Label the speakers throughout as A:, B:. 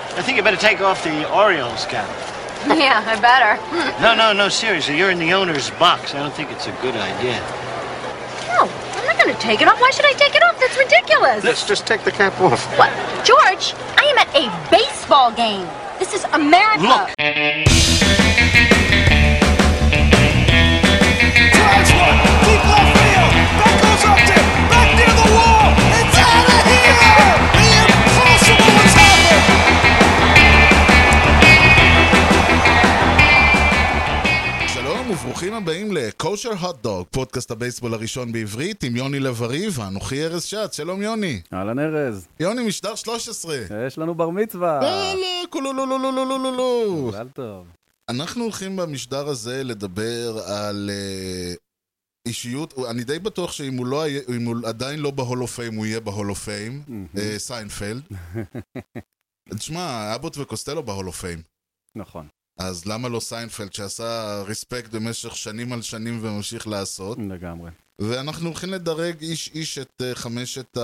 A: I think you better take off the Orioles cap.
B: Yeah, I better.
A: No, no, no, seriously. You're in the owner's box. I don't think it's a good idea.
B: No, I'm not going to take it off. Why should I take it off? That's ridiculous.
C: Let's just take the cap off.
B: What? George, I am at a baseball game. This is America.
A: Look,
D: Drives one, deep left field. That goes up there, back near the wall. It's out of here. The impossible has happened.
E: שלום וברוכים הבאים ל-Kosher Hot Dog, פודקאסט הבייסבול הראשון בעברית עם יוני לב-ארי ואנוכי ארז שץ. שלום יוני.
F: אהלן ארז,
E: יוני משדר 13.
F: יש לנו בר מצווה.
E: יאללה, כולולולולולולולו.
F: מזל טוב.
E: אנחנו הולכים במשדר הזה לדבר על אה, אישיות, אני די בטוח שאם הוא, לא, היה- אם הוא עדיין לא בהול אוף פיים, הוא יהיה בהול אוף פיים. אה, סיינפלד. תשמע, אבוט וקוסטלו בהול אוף פיים.
F: נכון,
E: אז למה לא סיינפלד שעשה ריספקט במשך שנים על שנים וממשיך לעשות?
F: לגמרי.
E: ואנחנו הולכים לדרג איש איש את אה, חמשת, ה...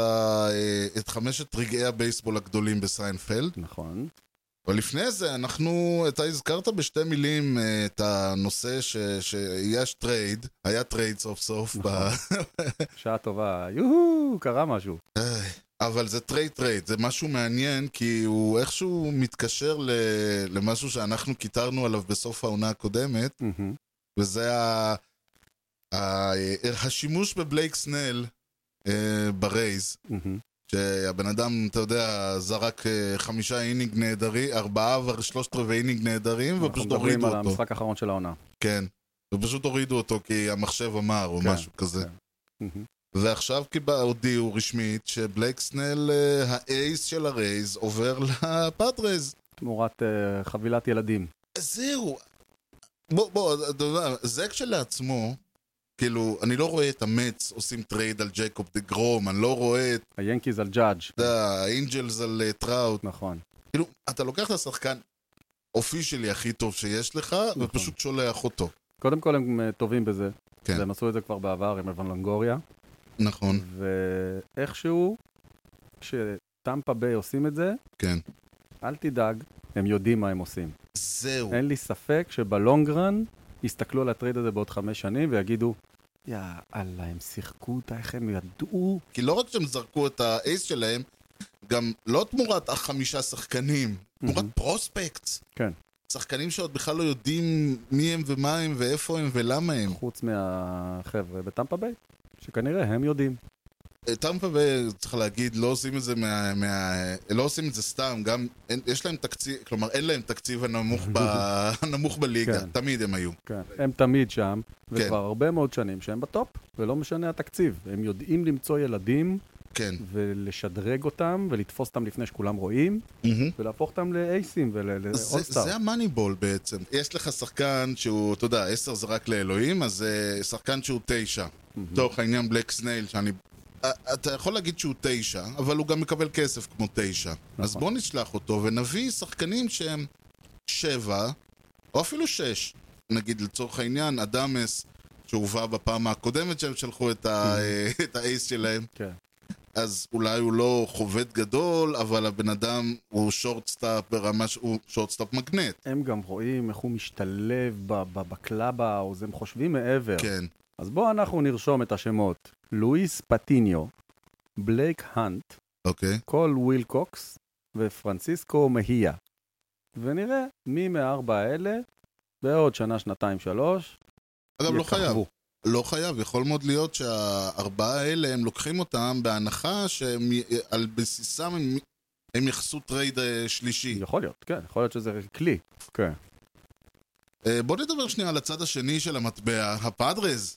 E: אה, את חמשת רגעי הבייסבול הגדולים בסיינפלד.
F: נכון.
E: אבל לפני זה, אנחנו, אתה הזכרת בשתי מילים אה, את הנושא ש... שיש טרייד, היה טרייד סוף סוף, ב...
F: שעה טובה. יוהו, קרה משהו.
E: אה, אבל זה טרייד טרייד, זה משהו מעניין, כי הוא איכשהו מתקשר ל... למשהו שאנחנו קיטרנו עליו בסוף העונה הקודמת,
F: מהמם.
E: וזה ה... ה... השימוש בבלייק סנל אה, ברייז.
F: מהמם.
E: שהבן אדם, אתה יודע, זרק אה, חמישה אינינג נהדרים, ארבעה ושלושת רבעי אינינג נהדרים, ופשוט
F: אנחנו מדברים
E: הורידו
F: על
E: אותו.
F: המשחק האחרון של העונה.
E: כן. ופשוט הורידו אותו כי המחשב אמר, או
F: כן,
E: משהו כזה.
F: מהמם.
E: ועכשיו קיבל- הודיעו רשמית שבלייק סנל, אה, האייס של הרייז, עובר לפאדרייז.
F: תמורת אה, חבילת ילדים.
E: זהו. בוא, בוא, אתה יודע, זה כשלעצמו, כאילו, אני לא רואה את המץ עושים טרייד על ג'ייקוב דה גרום, אני לא רואה את
F: היאנקיז על ג'אדג'.
E: אתה יודע, האינג'לס על אה, טראוט.
F: נכון.
E: כאילו, אתה לוקח את השחקן אופישלי הכי טוב שיש לך, ופשוט שולח אותו.
F: קודם כל הם אה, טובים בזה.
E: כן.
F: הם עשו את זה כבר בעבר עם אבן לונגוריה.
E: נכון,
F: ואיכשהו, כשטמפה ביי עושים את זה,
E: כן.
F: אל תדאג, הם יודעים מה הם עושים.
E: זהו.
F: אין לי ספק שבלונגרן יסתכלו על הטרייד הזה בעוד חמש שנים ויגידו, יא אללה, הם שיחקו אותה, איך הם ידעו?
E: כי לא רק שהם זרקו את האייס שלהם, גם לא תמורת החמישה שחקנים, תמורת פרוספקטס.
F: כן.
E: שחקנים שעוד בכלל לא יודעים מי הם ומה הם ואיפה הם ולמה הם.
F: חוץ מהחבר'ה בטמפה ביי, שכנראה הם יודעים.
E: טמפה ביי, אה, צריך להגיד, לא עושים את זה מה... מה לא עושים את זה סתם, גם אין, יש להם תקציב, כלומר אין להם תקציב הנמוך, ב, הנמוך בליגה,
F: כן.
E: תמיד הם היו.
F: כן. הם תמיד שם,
E: כן.
F: וכבר הרבה מאוד שנים שהם בטופ, ולא משנה התקציב. הם יודעים למצוא ילדים
E: כן.
F: ולשדרג אותם ולתפוס אותם לפני שכולם רואים,
E: Mm-hmm.
F: ולהפוך אותם לאייסים ולאולסטאר.
E: זה המאניבול בעצם. יש לך שחקן שהוא, אתה יודע, עשר זה רק לאלוהים, אז אה, שחקן שהוא תשע. לצורך העניין בלק סנייל, שאני... אה, אתה יכול להגיד שהוא תשע, אבל הוא גם מקבל כסף כמו תשע. אז בוא נשלח אותו ונביא שחקנים שהם שבע, או אפילו שש. נגיד לצורך העניין, אדמס, שהובא בפעם הקודמת שהם שלחו את ה- את האייס שלהם.
F: כן.
E: אז אולי הוא לא חובד גדול, אבל הבן אדם הוא שורטסטאפ ברמה שהוא שורטסטאפ מגנט.
F: הם גם רואים איך הוא משתלב ב- ב- בקלאב ההאוז, הם חושבים מעבר.
E: כן.
F: אז בואו אנחנו נרשום את השמות. לואיס פטיניו, בלייק האנט,
E: אוקיי.
F: קול ווילקוקס ופרנסיסקו מהיה. ונראה מי מהארבע האלה בעוד שנה, שנתיים, שלוש,
E: אגב, לא חייב.
F: יככבו.
E: לא חייב, יכול מאוד להיות שהארבעה האלה, הם לוקחים אותם בהנחה שהם, י- על בסיסם הם, הם יחסו טרייד אה, שלישי.
F: יכול להיות, כן, יכול להיות שזה כלי. כן.
E: אה, בוא נדבר שנייה על הצד השני של המטבע, הפאדרז.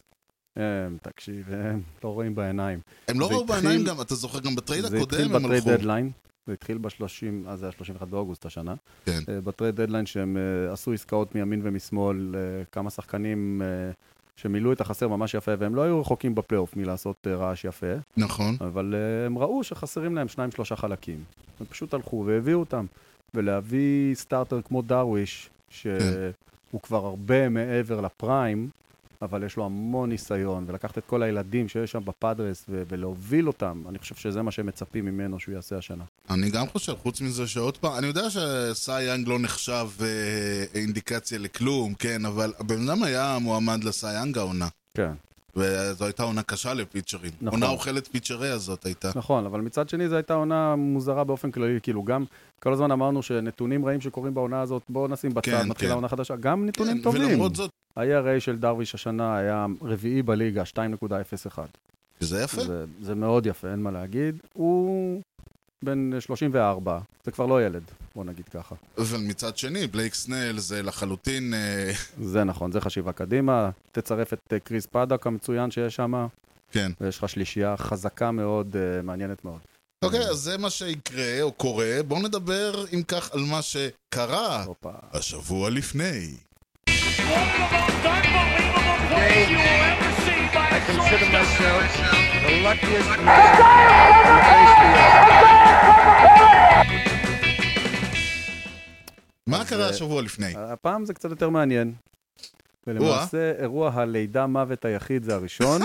F: הם, אה, תקשיב, הם לא רואים בעיניים.
E: הם לא
F: זה
E: ראו
F: התחיל-
E: בעיניים גם, אתה זוכר, גם בטרייד
F: זה התחיל
E: הקודם הם
F: בטרייד
E: הלכו.
F: דדליין, זה התחיל ב-30, אז זה היה 31 באוגוסט השנה.
E: כן.
F: אה, בטרייד דדליין שהם אה, עשו עסקאות מימין ומשמאל, אה, כמה שחקנים אה, שמילאו את החסר ממש יפה, והם לא היו רחוקים בפלייאוף מלעשות אה, רעש יפה,
E: נכון.
F: אבל אה, הם ראו שחסרים להם שניים שלושה חלקים. הם פשוט הלכו והביאו אותם. ולהביא סטארטר כמו דרוויש, שהוא כבר הרבה מעבר לפריים, אבל יש לו המון ניסיון, ולקחת את כל הילדים שיש שם בפאדרס ו- ולהוביל אותם, אני חושב שזה מה שהם מצפים ממנו שהוא יעשה השנה.
E: אני גם חושב, חוץ מזה שעוד פעם, אני יודע שסי יאנג לא נחשב אה, אינדיקציה לכלום, כן, אבל הבן אדם היה מועמד לסי יאנג העונה.
F: כן.
E: וזו הייתה עונה קשה לפיצ'רים.
F: נכון.
E: עונה אוכלת פיצ'רי הזאת הייתה.
F: נכון, אבל מצד שני זו הייתה עונה מוזרה באופן כללי, כאילו גם כל הזמן אמרנו שנתונים רעים שקורים בעונה הזאת, בואו נשים בצד,
E: כן,
F: מתחילה
E: כן.
F: עונה חדשה, גם נתונים
E: כן,
F: טובים.
E: ולמרות זאת,
F: ה-ERA של דרוויש השנה היה רביעי בליגה, 2.01.
E: זה יפה.
F: זה, זה מאוד יפה, אין מה להגיד. הוא בן 34, זה כבר לא ילד, בוא נגיד ככה.
E: אבל מצד שני, בלייק סנל זה לחלוטין... אה,
F: זה נכון, זה חשיבה קדימה. תצרף את אה, קריס פאדק המצוין שיש שם,
E: כן.
F: ויש לך שלישייה חזקה מאוד, אה, מעניינת מאוד.
E: אוקיי,
F: אה.
E: אז זה מה שיקרה או קורה. בואו נדבר, אם כך, על מה שקרה
F: הופה.
E: השבוע לפני.
A: I consider myself the luckiest man
E: מה קרה השבוע לפני?
F: הפעם זה קצת יותר מעניין. ולמעשה, אירוע הלידה מוות היחיד זה הראשון.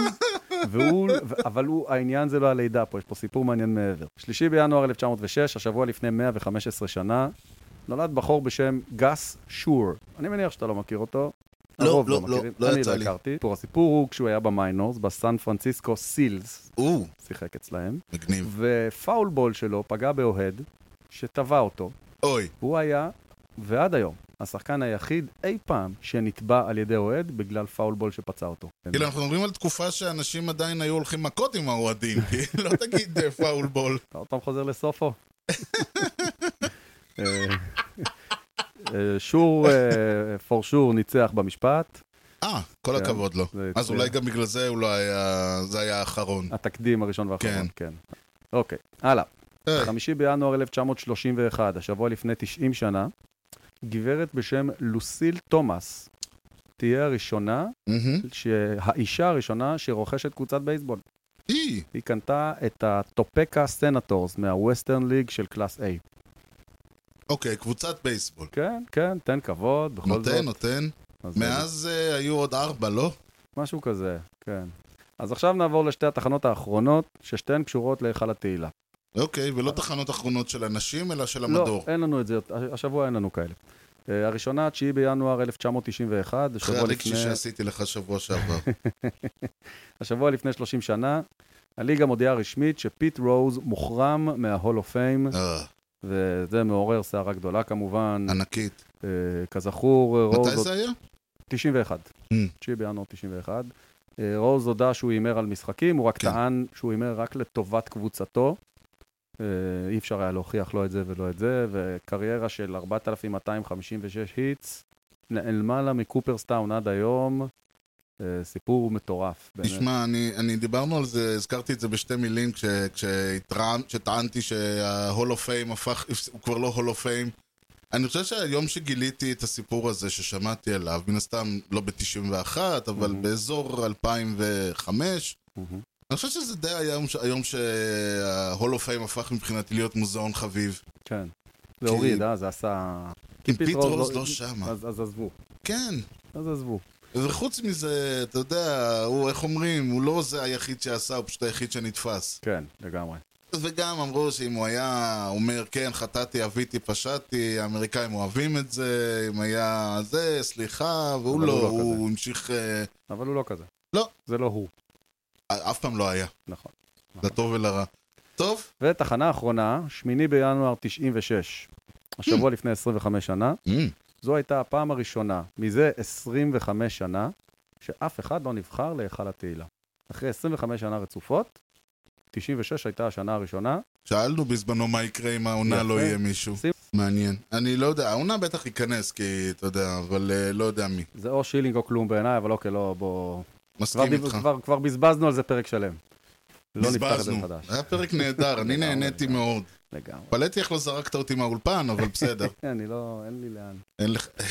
F: והוא, ו- אבל הוא, העניין זה לא הלידה פה, יש פה סיפור מעניין מעבר. שלישי בינואר 1906, השבוע לפני 115 שנה, נולד בחור בשם גס שור. אני מניח שאתה לא מכיר אותו.
E: לא,
F: הרוב
E: לא, לא,
F: מכירים.
E: לא
F: אני
E: יצא לי.
F: הכרתי. סיפור- הסיפור הוא כשהוא היה במיינורס, בסן פרנסיסקו סילס,
E: או,
F: שיחק אצלהם,
E: מגניב.
F: ופאול בול שלו פגע באוהד, שטבע אותו,
E: אוי,
F: הוא היה, ועד היום, השחקן היחיד אי פעם שנתבע על ידי אוהד בגלל פאול בול שפצע אותו.
E: כאילו אנחנו מדברים על תקופה שאנשים עדיין היו הולכים מכות עם האוהדים, כי לא תגיד אה, פאול בול.
F: אתה עוד פעם חוזר לסופו? אה, אה, שור, אה, פור שור ניצח במשפט,
E: אה, כל
F: כן,
E: הכבוד לו.
F: זה
E: אז
F: הצליח. אה.
E: אולי גם בגלל זה הוא לא היה... זה היה האחרון.
F: התקדים הראשון והאחרון,
E: כן.
F: כן. אוקיי, הלאה.
E: אה,
F: 5 בינואר 1931, השבוע לפני 90 שנה, גברת בשם לוסיל תומאס תהיה הראשונה,
E: מהמם.
F: ש- האישה הראשונה שרוכשת קבוצת בייסבול.
E: אי,
F: היא קנתה את הטופקה סנטורס מהווסטרן ליג של קלאס A.
E: אוקיי, קבוצת בייסבול.
F: כן, כן, תן כבוד, בכל זאת.
E: נותן, נותן.
F: אז
E: מאז אה, היו עוד ארבע, לא?
F: משהו כזה, כן. אז עכשיו נעבור לשתי התחנות האחרונות, ששתיהן קשורות להיכל התהילה.
E: אוקיי, ולא תחנות אחרונות של הנשים, אלא של
F: אה. לא,
E: המדור.
F: אין לנו את זה, השבוע אין לנו כאלה. אה, הראשונה, 9 בינואר 1991, זה
E: אחרי
F: שבוע
E: הליקשי
F: לפני...
E: שעשיתי לך שבוע שעבר.
F: השבוע לפני 30 שנה, הליגה מודיעה רשמית שפיט רוז מוחרם מההול אוף פיים,
E: אה,
F: וזה מעורר סערה גדולה כמובן.
E: ענקית.
F: אה, כזכור, אה, רוז
E: מתי
F: עוד
E: זה היה?
F: 91.
E: Mm.
F: 9 בינואר 91. אה, רוז הודה שהוא הימר על משחקים, הוא רק
E: כן.
F: טען שהוא הימר רק לטובת קבוצתו. אה, אי אפשר היה להוכיח לא את זה ולא את זה, וקריירה של 4,256 היטס נעלמה לה מקופרסטאון עד היום. אה, סיפור מטורף, באמת.
E: תשמע, אני, אני דיברנו על זה, הזכרתי את זה בשתי מילים כש, כשהתרעם- כשטענתי שההול אוף פיים הפך, הוא כבר לא הול אוף פיים. אני חושב שהיום שגיליתי את הסיפור הזה ששמעתי עליו, מן הסתם לא ב-91, אבל
F: Mhm.
E: באזור 2005,
F: מהמם.
E: אני חושב שזה די היום, ש- היום שההול אוף פיים הפך מבחינתי להיות מוזיאון חביב.
F: כן.
E: כי-
F: זה הוריד, אה? זה עשה...
E: כי
F: פיט
E: פיט
F: רוז
E: רוז
F: לא-
E: לא שמה.
F: אז אז עזבו,
E: כן.
F: אז עזבו.
E: וחוץ מזה, אתה יודע, הוא, איך אומרים, הוא לא זה היחיד שעשה, הוא פשוט היחיד שנתפס.
F: כן, לגמרי.
E: וגם אמרו שאם הוא היה אומר, כן, חטאתי, אביתי, פשעתי, האמריקאים אוהבים את זה, אם היה זה, סליחה, והוא
F: אבל
E: לא,
F: הוא לא
E: הוא, הוא המשיך... אה,
F: אבל הוא לא כזה.
E: לא.
F: זה לא הוא,
E: אף פעם לא היה,
F: נכון.
E: לטוב ולרע. טוב,
F: ותחנה אחרונה, 8 בינואר 96, השבוע לפני 25 שנה, זו הייתה הפעם הראשונה מזה 25 שנה שאף אחד לא נבחר להיכל התהילה. אחרי 25 שנה רצופות, 96 הייתה השנה הראשונה.
E: שאלנו בזמנו מה יקרה אם העונה
F: יפה.
E: לא יהיה מישהו.
F: שים-
E: מעניין. אני לא יודע, העונה בטח ייכנס, כי אתה יודע, אבל אה, לא יודע מי.
F: זה או שילינג או כלום בעיניי, אבל אוקיי, לא, בוא... כבר,
E: מסכים
F: ביב-
E: איתך.
F: כבר, כבר בזבזנו על זה פרק שלם. לא נפתח את זה
E: בזבזנו.
F: מחדש.
E: היה פרק נהדר, אני
F: לגמרי,
E: נהניתי
F: לגמרי.
E: מאוד.
F: לגמרי.
E: פלטי איך לא זרקת אותי מהאולפן, אבל בסדר.
F: אני לא, אין לי לאן.
E: אין לך...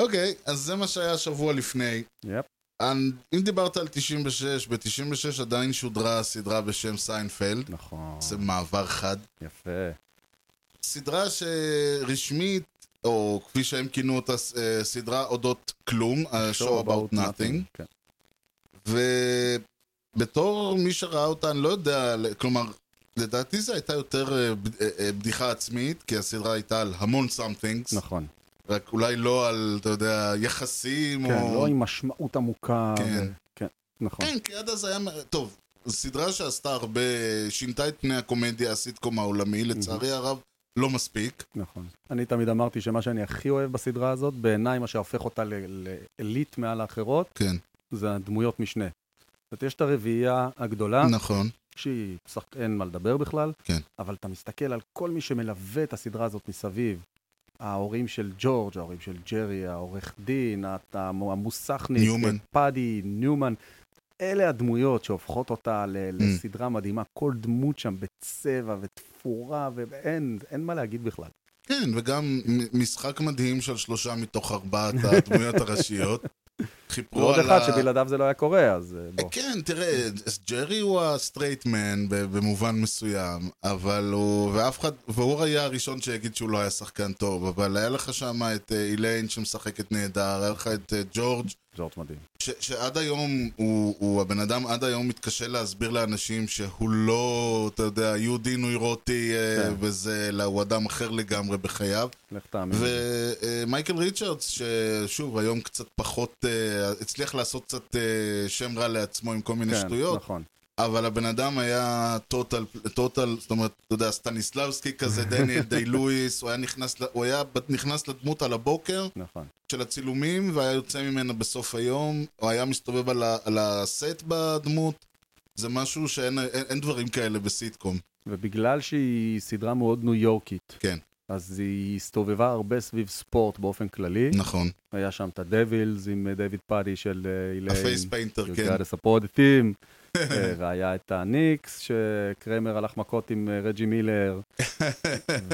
E: אוקיי, אז זה מה שהיה שבוע לפני.
F: יפ.
E: אנ- אם דיברת על 96, ב-96 עדיין שודרה סדרה בשם סיינפלד.
F: נכון,
E: זה מעבר חד.
F: יפה.
E: סדרה שרשמית או כפי שהם כינו אותה, ס- אה, סדרה אודות כלום, A Show About Nothing.
F: כן.
E: ובתור מי שראה אותה, אני לא יודע, ל- כלומר, לדעתי זו הייתה יותר אה, ב- אה, אה, בדיחה עצמית, כי הסדרה הייתה על המון somethings,
F: נכון.
E: רק אולי לא על, אתה יודע, יחסים,
F: כן,
E: או...
F: לא עם משמעות עמוקה.
E: כן.
F: ו- כן, נכון.
E: כן, כי עד אז היה... טוב, סדרה שעשתה הרבה... שינתה את פני הקומדיה, הסיטקום העולמי, לצערי הרב, לא מספיק.
F: נכון. אני תמיד אמרתי שמה שאני הכי אוהב בסדרה הזאת, בעיניי מה שהופך אותה ל- לעילית מעל האחרות,
E: כן,
F: זה הדמויות משנה. זאת אומרת, יש את הרביעייה הגדולה,
E: נכון.
F: שהיא, שחק- אין מה לדבר בכלל,
E: כן.
F: אבל אתה מסתכל על כל מי שמלווה את הסדרה הזאת מסביב. ההורים של ג'ורג', ההורים של ג'רי, העורך דין, הת- המ- המוסכניק,
E: ניומן.
F: פאדי, ניומן. אלה הדמויות שהופכות אותה ל-
E: Mm.
F: לסדרה מדהימה. כל דמות שם בצבע ותפורה, ואין אין מה להגיד בכלל.
E: כן, וגם מ- משחק מדהים של שלושה מתוך ארבעת הדמויות הראשיות. חיפרו
F: ועוד
E: על
F: אחד
E: ה-
F: שבלעדיו זה לא היה קורה, אז אה, בוא.
E: כן, תראה, ג'רי הוא הסטרייט מן ב- במובן מסוים, אבל הוא, ואף אחד, והוא היה הראשון שיגיד שהוא לא היה שחקן טוב, אבל היה לך שם את אה, איליין שמשחקת נהדר, היה לך את אה, ג'ורג'
F: ג'ורג' מדהים.
E: ש, שעד היום, הוא, הוא, הבן אדם עד היום מתקשה להסביר לאנשים שהוא לא, אתה יודע, יהודי נוירוטי כן.
F: כן.
E: וזה, אלא הוא אדם אחר לגמרי בחייו.
F: לך תאמין.
E: ומייקל ריצ'רדס, ששוב, היום קצת פחות, אה, הצליח לעשות קצת אה, שם רע לעצמו עם כל מיני
F: כן,
E: שטויות,
F: נכון.
E: אבל הבן אדם היה טוטל, טוטל, זאת אומרת, אתה יודע, סטניסלבסקי כזה, דניאל די לואיס, הוא היה נכנס, ל- הוא היה נכנס לדמות על הבוקר.
F: נכון.
E: של הצילומים, והיה יוצא ממנה בסוף היום, או היה מסתובב על, ה, על הסט בדמות. זה משהו שאין אין, אין דברים כאלה בסיטקום.
F: ובגלל שהיא סדרה מאוד ניו יורקית,
E: כן.
F: אז היא הסתובבה הרבה סביב ספורט באופן כללי.
E: נכון.
F: היה שם את הדווילס עם אה, דיוויד פאדי של אה, איליין.
E: הפייס פיינטר, כן.
F: You gotta support the team. אה, והיה את הניקס, שקרמר הלך מכות עם אה, רג'י מילר.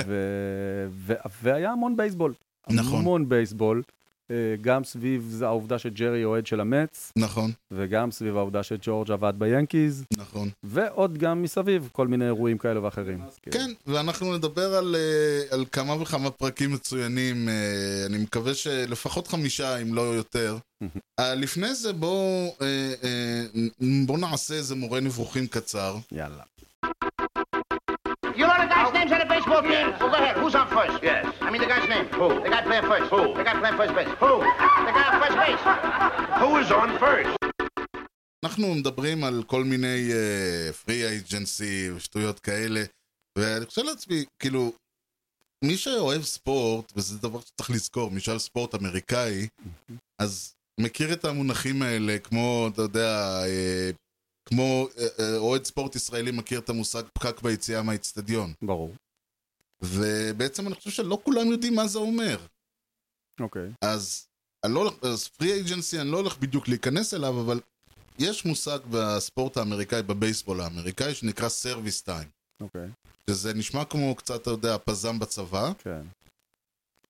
F: ו- ו- והיה המון בייסבול.
E: נכון.
F: המון בייסבול. אה, גם סביב זה העובדה שג'רי אוהד של המץ,
E: נכון,
F: וגם סביב העובדה שג'ורג' עבד ביאנקיז,
E: נכון.
F: ועוד גם מסביב כל מיני אירועים כאלה ואחרים.
E: כן, ואנחנו נדבר על, אה, על כמה וכמה פרקים מצוינים, אה, אני מקווה שלפחות חמישה, אם לא יותר. אה, לפני זה בואו אה, אה, בוא נעשה איזה מורה נבוכים קצר.
F: יאללה.
C: You know the guy's names on the baseball team? Well, go ahead. Who's on first? Yes. I mean the guy's name. Who? The guy playing first. Who? The guy playing first base. Who? The guy on first base. Who is on first?
E: אנחנו מדברים על כל מיני פרי אייג'נסי ושטויות כאלה, ואני חושב לעצמי, כאילו, מי שאוהב ספורט, וזה דבר שצריך לזכור, מי שאוהב ספורט אמריקאי, אז מכיר את המונחים האלה, כמו, אתה יודע, אה, כמו אה, אה, אוהד ספורט ישראלי מכיר את המושג פקק ביציאה מהאיצטדיון.
F: ברור.
E: ובעצם אני חושב שלא כולם יודעים מה זה אומר.
F: אוקיי.
E: אז אני לא הולך, אז פרי אייג'נסי אני לא הולך בדיוק להיכנס אליו, אבל יש מושג בספורט האמריקאי, בבייסבול האמריקאי, שנקרא סרוויס טיים.
F: אוקיי.
E: שזה נשמע כמו קצת, אתה יודע, פזם בצבא.
F: כן.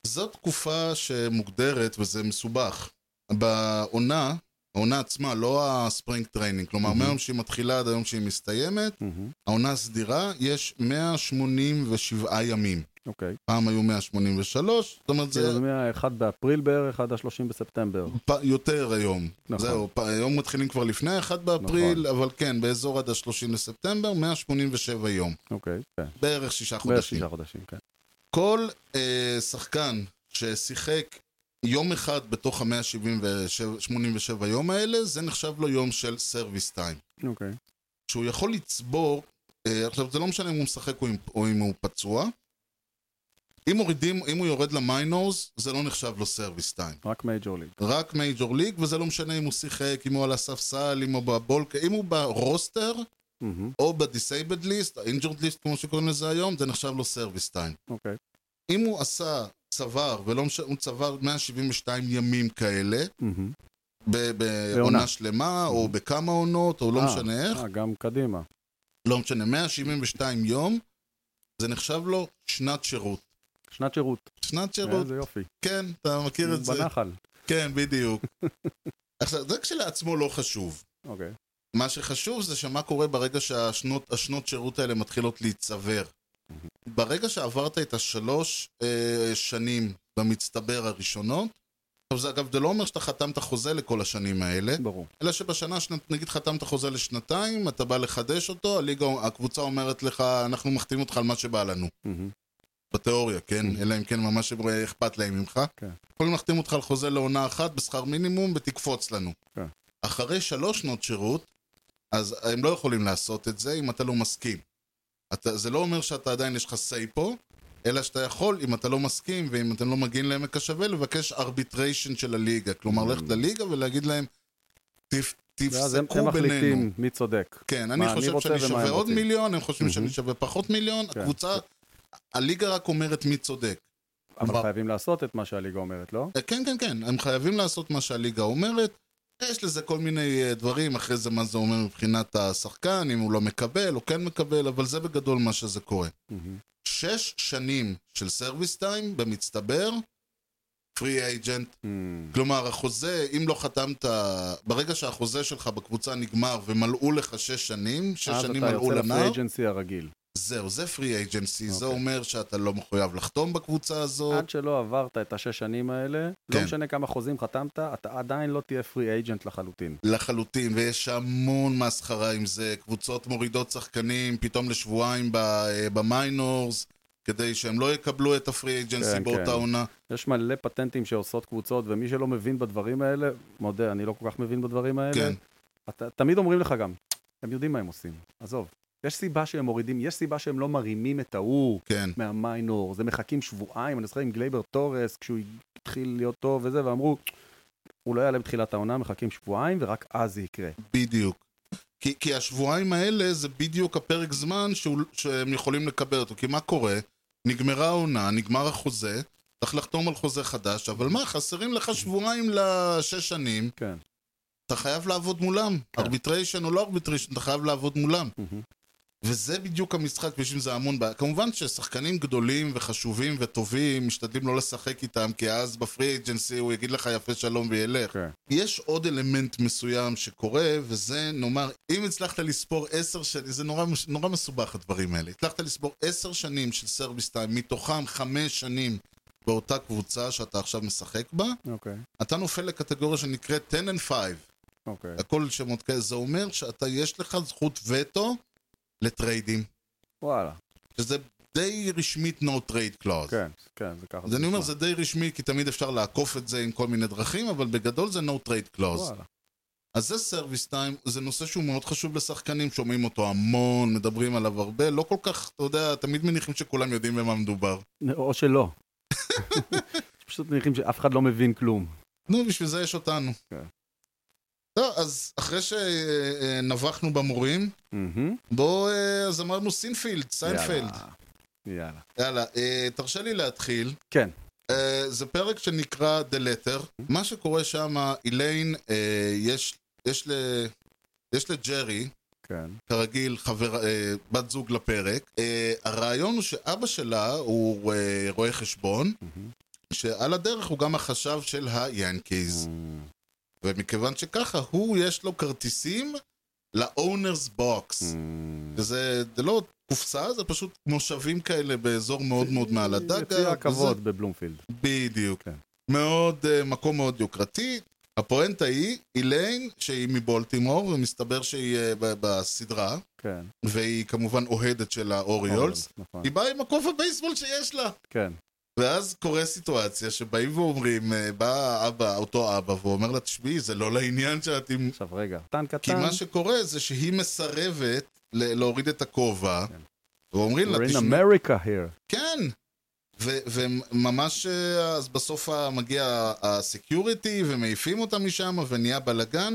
E: זו תקופה שמוגדרת, וזה מסובך. בעונה, העונה עצמה, לא הספרינג טריינינג, כלומר, מהיום שהיא מתחילה עד היום שהיא מסתיימת,
F: מהמם.
E: העונה הסדירה, יש 187 ימים.
F: אוקיי.
E: פעם היו 183, זאת אומרת, זה...
F: זה מה-1 באפריל בערך עד ה-30 בספטמבר.
E: פ- יותר היום.
F: נכון.
E: זהו, פ- היום מתחילים כבר לפני 1 באפריל, אבל כן, באזור עד ה-30 לספטמבר, 187 יום.
F: אוקיי. כן.
E: בערך שישה
F: בערך
E: חודשים.
F: שישה חודשים, כן.
E: כל אה, שחקן ששיחק יום אחד בתוך ה-187 יום האלה, זה נחשב לו יום של סרוויס טיים.
F: אוקיי.
E: שהוא יכול לצבור, אה, עכשיו זה לא משנה אם הוא משחק או אם, או אם הוא פצוע, אם מורידים, אם הוא יורד למיינורס, זה לא נחשב לו סרוויס טיים.
F: רק מייג'ור ליג.
E: רק מייג'ור ליג, וזה לא משנה אם הוא שיחק, אם הוא על הספסל, אם הוא בבולק, אם הוא ברוסטר,
F: מהמם.
E: או בדיסייבד ליסט, אינג'ורד ליסט כמו שקוראים לזה היום, זה נחשב לו סרוויס טיים.
F: אוקיי.
E: אם הוא עשה צוואר, ולא משנה, הוא צוואר 172 ימים כאלה,
F: מהמם.
E: ב- בעונה
F: בעונה.
E: שלמה, או בכמה עונות, או לא
F: אה,
E: משנה איך,
F: אה, גם קדימה.
E: לא משנה, 172 יום, זה נחשב לו שנת שירות.
F: שנת שירות.
E: שנת
F: אה,
E: שירות,
F: זה יופי.
E: כן, אתה מכיר את זה.
F: בנחל.
E: כן, בדיוק. עכשיו, זה כשלעצמו לא חשוב.
F: אוקיי.
E: כן. מה שחשוב זה שמה קורה ברגע שהשנות השנות שירות האלה מתחילות להיצבר. ברגע שעברת את השלוש אה, שנים במצטבר הראשונות, עכשיו זה אגב, זה לא אומר שאתה חתמת חוזה לכל השנים האלה,
F: ברור.
E: אלא שבשנה, שנת- נגיד חתמת חוזה לשנתיים, אתה בא לחדש אותו, הליגה, הקבוצה אומרת לך, אנחנו מחתימים אותך על מה שבא לנו.
F: מהמם.
E: בתיאוריה, כן? אלא אם כן ממש הם- אכפת להם ממך.
F: כן.
E: יכולים להחתים אותך על חוזה לעונה אחת בשכר מינימום ותקפוץ לנו.
F: כן.
E: אחרי שלוש שנות שירות, אז הם לא יכולים לעשות את זה אם אתה לא מסכים. אתה, זה לא אומר שאתה עדיין יש לך say פה, אלא שאתה יכול, אם אתה לא מסכים ואם אתם לא מגיעים לעמק השווה, לבקש ארביטריישן של הליגה. כלומר, ללכת לליגה ולהגיד להם, "תפ-
F: Mm. ואז הם,
E: תפסקו
F: הם
E: בינינו.
F: מחליטים מי צודק.
E: כן,
F: מה
E: אני
F: אני
E: חושב
F: רוצה
E: שאני
F: ומה הם
E: שווה עוד
F: רוצים.
E: מיליון, הם חושבים שאני
F: מהמם.
E: שווה פחות מיליון,
F: כן.
E: הקבוצה, הליגה רק אומרת מי צודק.
F: אבל
E: אבל-
F: חייבים לעשות את מה שהליגה אומרת, לא?
E: אה, כן, כן, כן, הם חייבים לעשות מה שהליגה אומרת. יש לזה כל מיני אה, דברים, אחרי זה מה זה אומר מבחינת השחקן, אם הוא לא מקבל או כן מקבל, אבל זה בגדול מה שזה קורה.
F: מהמם.
E: שש שנים של סרוויס טיים במצטבר, פרי אייג'נט
F: מהמם.
E: כלומר, החוזה, אם לא חתמת, ברגע שהחוזה שלך בקבוצה נגמר ומלאו לך שש שנים, שש
F: אז
E: שנים
F: אתה
E: מלאו
F: יוצא לפרי
E: לנער,
F: אג'נסי הרגיל.
E: זהו, זה פרי אייג'נסי, זה
F: אוקיי.
E: אומר שאתה לא מחויב לחתום בקבוצה הזאת.
F: עד שלא עברת את השש שנים האלה, לא
E: כן.
F: משנה כמה חוזים חתמת, אתה עדיין לא תהיה פרי אייג'נט לחלוטין.
E: לחלוטין, ויש המון מסחרה עם זה, קבוצות מורידות שחקנים פתאום לשבועיים ב- אה, במיינורס, כדי שהם לא יקבלו את הפרי אייג'נסי
F: כן,
E: באותה
F: כן.
E: עונה.
F: יש מלא פטנטים שעושות קבוצות, ומי שלא מבין בדברים האלה, מודה, אני לא כל כך מבין בדברים האלה.
E: כן.
F: אתה, תמיד אומרים לך גם, הם יודעים מה הם עושים, עזוב. יש סיבה שהם מורידים, יש סיבה שהם לא מרימים את ההוא
E: כן,
F: מהמיינור, זה מחכים שבועיים, אני זוכר עם גלייבר טורס, כשהוא התחיל להיות טוב וזה, ואמרו, הוא לא יעלה בתחילת העונה, מחכים שבועיים, ורק אז זה יקרה.
E: בדיוק. כי, כי השבועיים האלה זה בדיוק הפרק זמן שהוא, שהם יכולים לקבל אותו. כי מה קורה? נגמרה העונה, נגמר החוזה, צריך לחתום על חוזה חדש, אבל מה, חסרים לך שבועיים לשש שנים,
F: כן.
E: אתה חייב לעבוד מולם. ארביטריישן או לא ארביטריישן, אתה חייב לעבוד מולם.
F: מהמם.
E: וזה בדיוק המשחק, בשביל זה המון בעיה. כמובן ששחקנים גדולים וחשובים וטובים, משתדלים לא לשחק איתם, כי אז בפרי אג'נסי הוא יגיד לך יפה שלום וילך.
F: כן.
E: יש עוד אלמנט מסוים שקורה, וזה, נאמר, אם הצלחת לספור עשר שנים, זה נורא, מש- נורא מסובך הדברים האלה. הצלחת לספור עשר שנים של סרוויס טיים, מתוכם חמש שנים באותה קבוצה שאתה עכשיו משחק בה,
F: אוקיי,
E: אתה נופל לקטגוריה שנקראת 10 and 5.
F: אוקיי.
E: הכל שמות כאלה, זה אומר שאתה, יש לך זכות וטו לטריידים.
F: וואלה,
E: שזה די רשמית no trade clause.
F: כן, כן, זה ככה.
E: אז אני אומר,
F: נשמע.
E: זה די רשמי, כי תמיד אפשר לעקוף את זה עם כל מיני דרכים, אבל בגדול זה no trade clause.
F: וואלה.
E: אז זה סרוויס טיים, זה נושא שהוא מאוד חשוב לשחקנים, שומעים אותו המון, מדברים עליו הרבה, לא כל כך, אתה יודע, תמיד מניחים שכולם יודעים במה מדובר.
F: או שלא. פשוט מניחים שאף אחד לא מבין כלום.
E: נו, בשביל זה יש אותנו.
F: כן.
E: טוב, אז אחרי שנבחנו במורים,
F: מהמם.
E: בואו, אה, אז אמרנו סינפילד, סיינפלד.
F: יאללה. יאללה.
E: יאללה, אה, תרשה לי להתחיל.
F: כן.
E: אה, זה פרק שנקרא The Letter. מה שקורה שם, איליין, אה, יש, יש, ל, יש לג'רי,
F: כן.
E: כרגיל, חבר, אה, בת זוג לפרק. אה, הרעיון הוא שאבא שלה הוא אה, רואה חשבון, שעל הדרך הוא גם החשב של היאנקיז. ומכיוון שככה, הוא יש לו כרטיסים ל-Owners Box. וזה זה לא קופסה, זה פשוט מושבים כאלה באזור מאוד מאוד מעל הדגה.
F: לפי הכבוד
E: וזה-
F: בבלומפילד.
E: בדיוק.
F: כן.
E: מאוד, אה, מקום מאוד יוקרתי. הפואנטה היא, איליין, שהיא מבולטימור, ומסתבר שהיא אה, ב- בסדרה,
F: כן.
E: והיא כמובן אוהדת של האוריולס.
F: נכון.
E: היא באה עם הכובע בייסבול שיש לה.
F: כן.
E: ואז קורה סיטואציה שבאים ואומרים, אה, בא אבא, אותו אבא, ואומר לה, תשמעי, זה לא לעניין שאת עם...
F: עכשיו רגע, קטן
E: כי מה
F: קטן.
E: שקורה זה שהיא מסרבת ל- להוריד את הכובע, ואומרים לה,
F: כן. We're in
E: תשמעי...
F: America here.
E: כן. ו- וממש אה, אז בסוף ה- מגיע הסקיוריטי ומעיפים אותם משם ונהיה בלאגן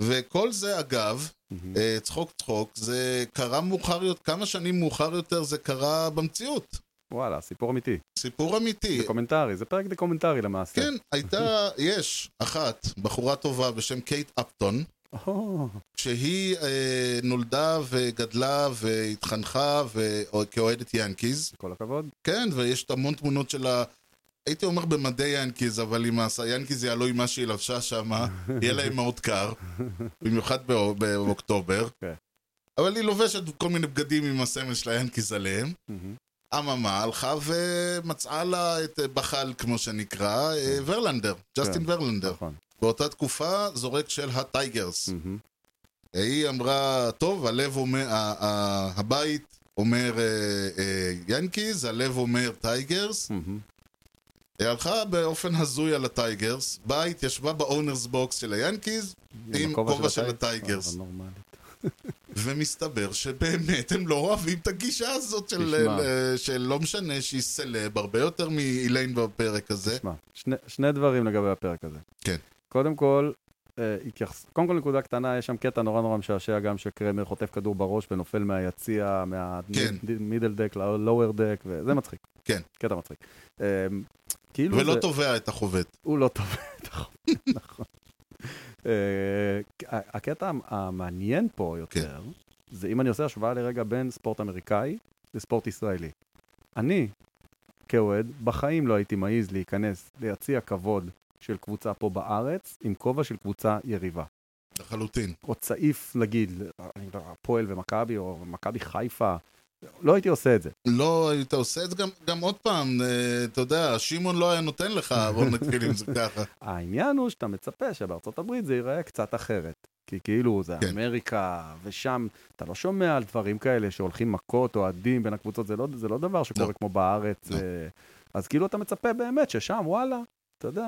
E: וכל זה אגב, אה, צחוק צחוק, זה קרה מאוחר יותר, כמה שנים מאוחר יותר זה קרה במציאות.
F: וואלה, סיפור אמיתי.
E: סיפור אמיתי.
F: דוקומנטרי, זה פרק דוקומנטרי למעשה.
E: כן, הייתה, יש, אחת, בחורה טובה בשם קייט אפטון,
F: או,
E: שהיא אה, נולדה וגדלה והתחנכה ו- כאוהדת ינקיז.
F: כל הכבוד.
E: כן, ויש את המון תמונות של ה... הייתי אומר במדי ינקיז, אבל עם הס... ינקיז יעלו עם מה שהיא לבשה שם, אה? יהיה להם מאוד קר, במיוחד בא... באוקטובר.
F: כן.
E: אבל היא לובשת כל מיני בגדים עם הסמל של הינקיז עליהם.
F: מהמם.
E: אממה, הלכה ומצאה לה את אה, בחל, כמו שנקרא,
F: כן.
E: אה, ורלנדר, ג'סטין ורלנדר.
F: נכון.
E: באותה תקופה זורק של הטייגרס.
F: מהמם. Mm-hmm.
E: היא אמרה, טוב, הלב אומר, ה- ה- הבית אומר אה, אה, ינקיז, הלב אומר טייגרס.
F: מהמם.
E: היא הלכה באופן הזוי על הטייגרס, באה, התיישבה באונרס בוקס של היאנקיז, עם כובע של
F: הטייג?
E: הטייגרס.
F: אבל נורמלי.
E: ומסתבר שבאמת הם לא אוהבים את הגישה הזאת של,
F: תשמע.
E: אה, של לא משנה שהיא סלב, הרבה יותר מאיליין בפרק הזה.
F: תשמע, שני- שני דברים לגבי הפרק הזה.
E: כן.
F: קודם כל, אה, התייחס... קודם כל נקודה קטנה, יש שם קטע נורא נורא משעשע גם שקרמר חוטף כדור בראש ונופל מהיציע,
E: כן.
F: מהמידל דק ללואוור דק, וזה מצחיק.
E: כן.
F: קטע מצחיק. אה, כאילו
E: ולא
F: זה...
E: תובע את החובט.
F: הוא לא טוב, נכון. נכון. אה, הקטע המעניין פה יותר, זה אם אני עושה השוואה לרגע בין ספורט אמריקאי לספורט ישראלי. אני, כאוהד, בחיים לא הייתי מעז להיכנס ליציע כבוד של קבוצה פה בארץ עם כובע של קבוצה יריבה.
E: לחלוטין.
F: או צעיף, נגיד, אני לא יודע, הפועל ומכבי, או מכבי חיפה. לא הייתי עושה את זה.
E: לא היית עושה את זה גם, גם עוד פעם, אה, אתה יודע, שמעון לא היה נותן לך, בוא נתחיל עם זה ככה.
F: אה. העניין הוא שאתה מצפה שבארצות הברית זה ייראה קצת אחרת. כי כאילו זה
E: כן.
F: כן. אמריקה, ושם אתה לא שומע על דברים כאלה שהולכים מכות, אוהדים בין הקבוצות, זה לא, זה לא דבר שקורה
E: לא.
F: לא. כמו בארץ.
E: לא.
F: לא. אז כאילו אתה מצפה באמת ששם, וואלה, אתה יודע,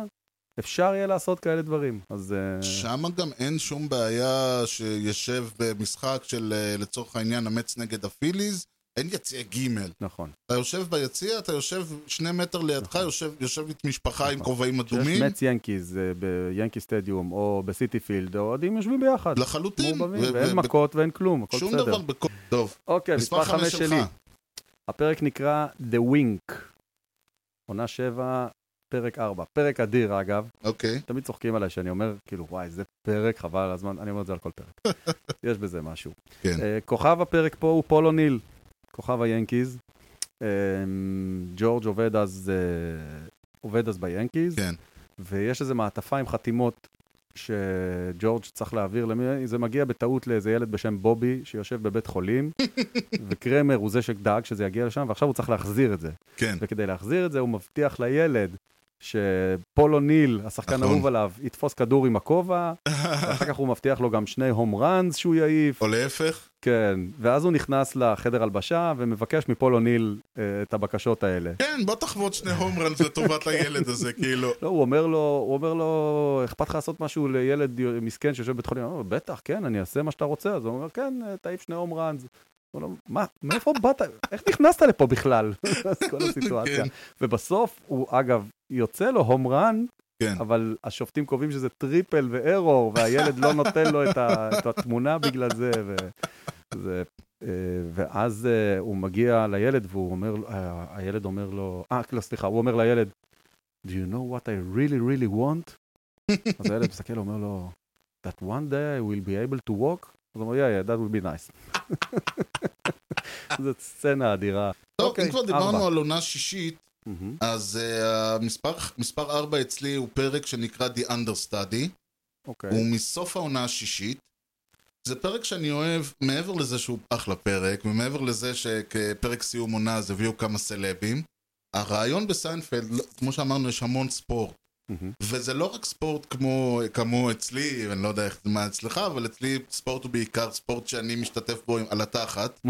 F: אפשר יהיה לעשות כאלה דברים. אז... אה,
E: שם גם אין שום בעיה שישב במשחק של אה, לצורך העניין המץ נגד הפיליז, אין יציע ג'
F: נכון.
E: אתה יושב ביציע, אתה יושב שני מטר לידך, יושב, יושבת משפחה עם
F: נכון.
E: כובעים
F: כשיש
E: אדומים,
F: מצ ינקיז אה, ביאנקי סטדיום או בסיטי פילד, האוהדים יושבים ביחד.
E: לחלוטין.
F: מעורבבים,
E: ו-
F: ואין
E: ו-
F: מכות ואין כלום, הכל
E: שום
F: בסדר.
E: דבר בכל... טוב,
F: אוקיי,
E: מספר חמש שלך.
F: הפרק נקרא The Wink. עונה 7, פרק 4. פרק אדיר, אגב.
E: אוקיי.
F: תמיד צוחקים עליי שאני אומר, כאילו, וואי, זה פרק, חבל על הזמן, אני אומר את זה על כל פרק. יש בזה משהו.
E: כן.
F: אה, כוכב הפרק פה הוא פול אוניל, כוכב היאנקיז. אה, ג'ורג' עובד אז, אה, עובד אז ביאנקיז.
E: כן.
F: ויש איזו מעטפה עם חתימות שג'ורג' צריך להעביר למי, זה מגיע בטעות לאיזה ילד בשם בובי שיושב בבית חולים, וקרמר הוא זה שדאג שזה יגיע לשם, ועכשיו הוא צריך להחזיר את זה.
E: כן,
F: וכדי להחזיר את זה הוא מבטיח לילד שפול אוניל, השחקן
E: נכון.
F: האהוב עליו, יתפוס כדור עם הכובע, ואחר כך הוא מבטיח לו גם שני הום ראנס שהוא יעיף,
E: או להפך,
F: כן, ואז הוא נכנס לחדר הלבשה ומבקש מפול אוניל אה, את הבקשות האלה.
E: כן, בוא תחבוט שני הום ראנס לטובת הילד הזה, כאילו.
F: לא, הוא אומר לו, הוא אומר לו, אכפת לך לעשות משהו לילד מסכן שיושב בבית חולים? הוא אומר, בטח, כן, אני אעשה מה שאתה רוצה. אז הוא אומר, כן, תעיף שני הום ראנז. הוא אומר, מה, מאיפה באת? איך נכנסת לפה בכלל? אז כל הסיטואציה.
E: כן.
F: ובסוף, הוא אגב, יוצא לו הום ראן,
E: כן.
F: אבל השופטים קובעים שזה טריפל ואירור, והילד לא נותן לו את ה- את התמונה בגלל זה. ו... זה... אה, ואז אה, הוא מגיע לילד והוא אומר, לו- אה, הילד אומר לו, אה, לא, סליחה, הוא אומר לילד, Do you know what I really really want? אז הילד מסתכל, אומר לו, That one day I will be able to walk? אז הוא אומר, yeah, yeah, that will be nice. זאת סצנה אדירה.
E: טוב,
F: אוקיי,
E: לא, אם כבר
F: ארבע.
E: דיברנו על עונה שישית,
F: מהמם.
E: אז uh, מספר, מספר 4 אצלי הוא פרק שנקרא The Understudy,
F: אוקיי.
E: הוא מסוף העונה השישית. זה פרק שאני אוהב, מעבר לזה שהוא אחלה פרק, ומעבר לזה שכפרק סיום עונה אז הביאו כמה סלבים. הרעיון בסיינפלד, לא- כמו שאמרנו, יש המון ספורט.
F: מהמם.
E: וזה לא רק ספורט כמו, כמו אצלי, אני לא יודע איך, מה אצלך, אבל אצלי ספורט הוא בעיקר ספורט שאני משתתף בו עם- על התחת.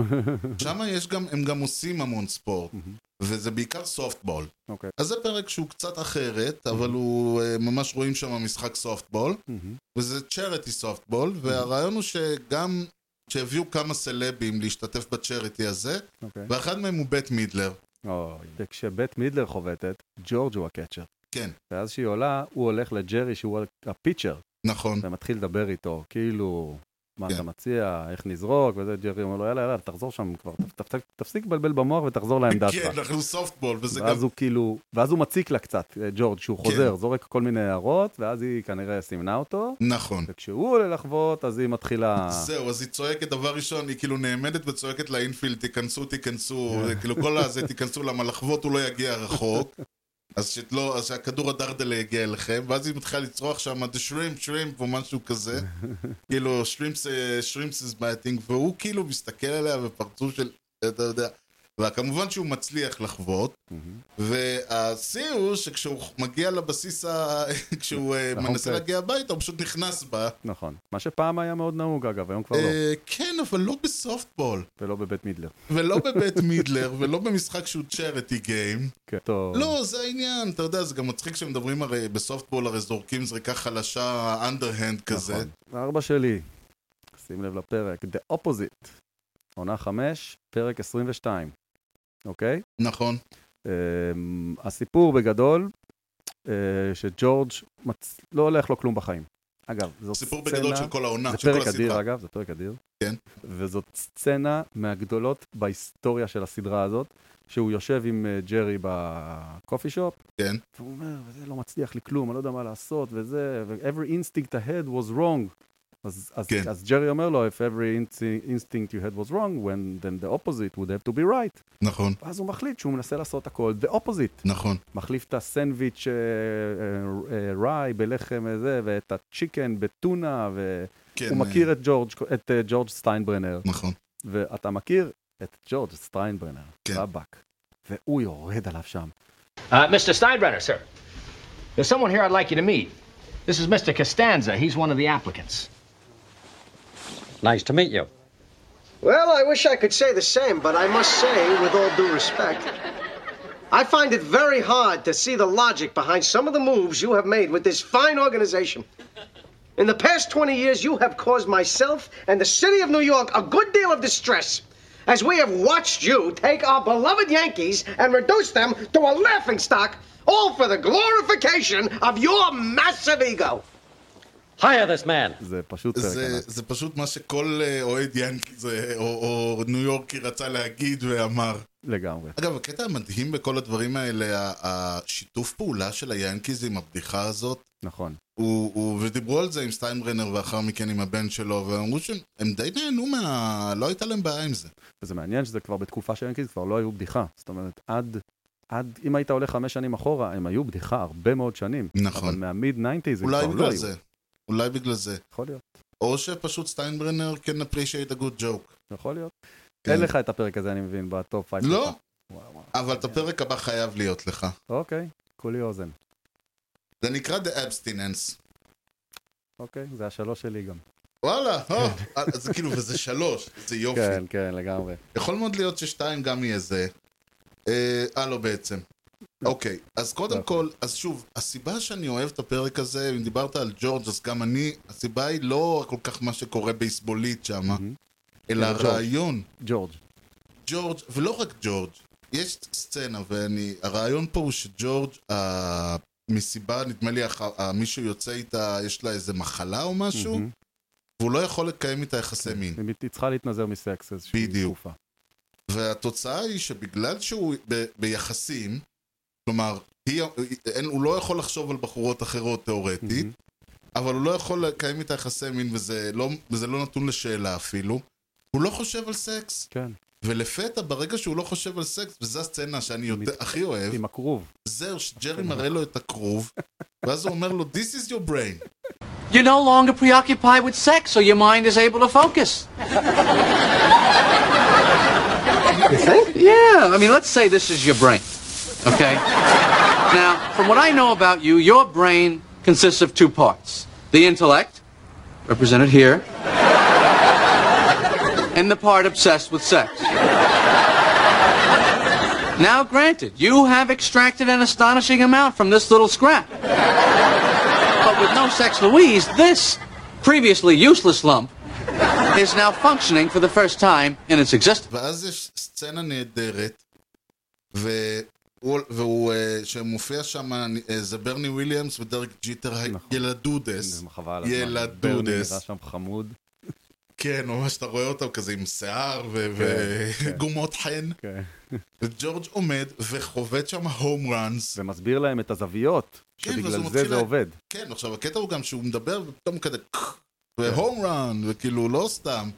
E: שם יש גם, הם גם עושים המון ספורט,
F: מהמם.
E: וזה בעיקר סופטבול.
F: אוקיי.
E: אז זה פרק שהוא קצת אחרת, אבל הוא, אה, ממש רואים שם משחק סופטבול,
F: מהמם.
E: וזה צ'ריטי סופטבול, והרעיון הוא שגם, שהביאו כמה סלבים להשתתף בצ'ריטי הזה,
F: אוקיי.
E: ואחד מהם הוא בית מידלר.
F: אוי. וכשבית מידלר חובטת, ג'ורג' הוא הקצ'ר.
E: כן,
F: ואז שהיא עולה, הוא הולך לג'רי שהוא הפיצ'ר,
E: נכון.
F: ומתחיל לדבר איתו, כאילו, מה
E: כן.
F: אתה מציע, איך נזרוק, וזה, ג'רי אומר לו, יאללה, יאללה, תחזור שם כבר, ת- ת- ת- תפסיק לבלבל במוח ותחזור לעמדה
E: כן,
F: שלך.
E: אנחנו סופטבול, וזה גם... כן.
F: ואז הוא כאילו, ואז הוא מציק לה קצת, אה, ג'ורג', שהוא חוזר, זורק כל מיני הערות, ואז היא כנראה סימנה אותו,
E: נכון.
F: וכשהוא עולה לחוות, אז היא מתחילה...
E: זהו, אז היא צועקת דבר ראשון, היא כאילו נעמדת וצועקת לאינפילד, תיכנסו, תיכנסו, כאילו כל הזה, תיכנסו, למה לחבוט הוא לא יגיע רחוק. אז שלא, אז שהכדור הדרדלה יגיע אליכם, ואז היא מתחילה לצרוח שם, the shrimp, shrimp, או משהו כזה. כאילו, shrimps, אה, shrimps is biting, והוא כאילו מסתכל עליה בפרצוף של, אתה יודע, וכמובן שהוא מצליח לחוות, והשיא הוא שכשהוא מגיע לבסיס, ה... כשהוא אה,
F: להום
E: מנסה
F: פלייט.
E: להגיע הביתה, הוא פשוט נכנס בה.
F: נכון. מה שפעם היה מאוד נהוג, אגב, היום כבר לא,
E: אה, כן, אבל לא בסופטבול,
F: ולא בבית מידלר.
E: ולא בבית מידלר, ולא במשחק שהוא צ'ריטי גיים.
F: כן, טוב.
E: לא, זה העניין, אתה יודע, זה גם מצחיק שמדברים הרי בסופטבול, הרי זורקים זריקה חלשה, אנדרהנד כזה.
F: נכון. ארבע שלי, שים לב לפרק, The Opposite, עונה חמש, פרק 22, אוקיי?
E: נכון.
F: אמ, הסיפור בגדול, אה, שג'ורג' מצ... לא הולך לו כלום בחיים. אגב, זאת
E: סיפור
F: סצנה...
E: בגדול של כל העונה,
F: זה
E: של כל
F: פרק אדיר,
E: הסדרה.
F: אגב, זה פרק אדיר.
E: כן.
F: וזאת סצנה מהגדולות בהיסטוריה של הסדרה הזאת, שהוא יושב עם אה, ג'רי בקופי שופ,
E: כן.
F: והוא אומר, זה לא מצליח לי כלום, אני לא יודע מה לעשות, וזה, ו- every instinct I had was wrong. אז, אז,
E: כן.
F: אז ג'רי אומר לו, if every insti- instinct you had was wrong, when then the opposite would have to be right.
E: נכון,
F: ואז הוא מחליט שהוא מנסה לעשות הכל the opposite.
E: נכון.
F: מחליף את הסנדוויץ' אה, אה, אה, רye בלחם וזה, ואת הצ'יקן בטונה, והוא
E: כן, אה,
F: מכיר את ג'ורג', את אה, ג'ורג' סטיינברנר,
E: נכון.
F: ואתה מכיר את ג'ורג' סטיינברנר,
E: כן.
F: רבאק, והוא יורד עליו שם.
C: Uh, Mr. Steinbrenner, sir. There's someone here I'd like you to meet. This is Mr. Costanza. He's one of the applicants.
G: Nice to meet you.
H: Well, I wish I could say the same, but I must say, with all due respect, I find it very hard to see the logic behind some of the moves you have made with this fine organization. In the past 20 years, you have caused myself and the city of New York a good deal of distress as we have watched you take our beloved Yankees and reduce them to a laughingstock, all for the glorification of your massive ego.
G: Hire this man.
F: זה פשוט פרק
E: זה,
F: ענק.
E: זה פשוט מה שכל אה, אוהד ינקי זה, או, או ניו יורקי רצה להגיד ואמר.
F: לגמרי.
E: אגב, הקטע המדהים בכל הדברים האלה, ה- השיתוף פעולה של היאנקיז עם הבדיחה הזאת,
F: נכון.
E: הוא, הוא, ודיברו על זה עם סטיינברנר ואחר מכן עם הבן שלו, והם אמרו שהם די נהנו מה... לא הייתה להם בעיה עם זה.
F: וזה מעניין שזה כבר בתקופה של ינקיז כבר לא היו בדיחה. זאת אומרת, עד, עד, אם היית הולך חמש שנים אחורה, הם היו בדיחה הרבה מאוד שנים.
E: נכון.
F: אבל מהמיד 90's הם
E: אולי
F: כבר לא
E: בגלל
F: היו.
E: זה. אולי בגלל זה.
F: יכול להיות,
E: או שפשוט סטיינברנר כן appreciate a good joke.
F: יכול להיות.
E: כן.
F: אין לך את הפרק הזה, אני מבין, בטופ פייב.
E: לא,
F: שלך. וואו, וואו.
E: אבל את הפרק הבא חייב להיות לך.
F: אוקיי, כולי אוזן.
E: זה נקרא The Abstinence.
F: אוקיי, זה השלוש שלי גם.
E: וואלה, או, אז זה כאילו, וזה שלוש, זה יופי.
F: כן, כן, לגמרי.
E: יכול מאוד להיות ששתיים גם יהיה זה. אה, אה, לא בעצם. אוקיי, אז קודם
F: לא.
E: כל, אז שוב, הסיבה שאני אוהב את הפרק הזה, אם דיברת על ג'ורג' אז גם אני, הסיבה היא לא כל כך מה שקורה בייסבולית שם, אלא
F: כן, ג'ורג'.
E: הרעיון.
F: ג'ורג'.
E: ג'ורג', ולא רק ג'ורג', יש סצנה, ואני, הרעיון פה הוא שג'ורג', ה- מסיבה, נדמה לי, הח- ה- מי שיוצא איתה, יש לה איזה מחלה או משהו,
F: מהמם. כן.
E: והוא לא יכול לקיים איתה יחסי מין.
F: היא מת- היא צריכה להתנזר מסקס איזושהי
E: בדיוק.
F: תקופה.
E: והתוצאה היא שבגלל שהוא ב, ביחסים, כלומר, היא, אין, הוא לא יכול לחשוב על בחורות אחרות תיאורטית, אבל הוא לא יכול לקיים איתה יחסי מין, וזה לא, וזה לא נתון לשאלה אפילו. הוא לא חושב על סקס,
F: כן,
E: ולפתע ברגע שהוא לא חושב על סקס, וזו הסצנה שאני יותר, הכי אוהב,
F: עם הכרוב.
E: זהו שג'רי מראה לו את הכרוב, ואז הוא אומר לו, This is your brain.
I: You're no longer preoccupied with sex, so your mind is able to focus.
H: You think?
I: Yeah, I mean, let's say this is your brain, okay? now, from what I know about you, your brain consists of two parts the intellect, represented here, and the part obsessed with sex. Now, granted, you have extracted an astonishing amount from this little scrap. But with no sex Louise, this previously useless lump is now functioning for the first time in its existence.
E: ואז יש סצנה נהדרת, והוא, והוא אה, שמופיע שם, אה, זה ברני וויליאמס ודרק ג'יטר,
F: נכון.
E: ילדודס.
F: חבל על הזמן. ברני נראה
E: ילדודס.
F: שם חמוד.
E: כן, ממש אתה רואה אותם כזה עם שיער
F: כן.
E: וגומות חן.
F: כן.
E: וג'ורג' עומד וחובט שם הום ראנס.
F: ומסביר להם את הזוויות,
E: כן, ואז
F: שבגלל
E: הוא
F: זה
E: מתחיל
F: זה
E: לה-
F: עובד.
E: כן, עכשיו הקטע הוא גם שהוא מדבר ופתאום כזה והום ראן, וכאילו לא סתם.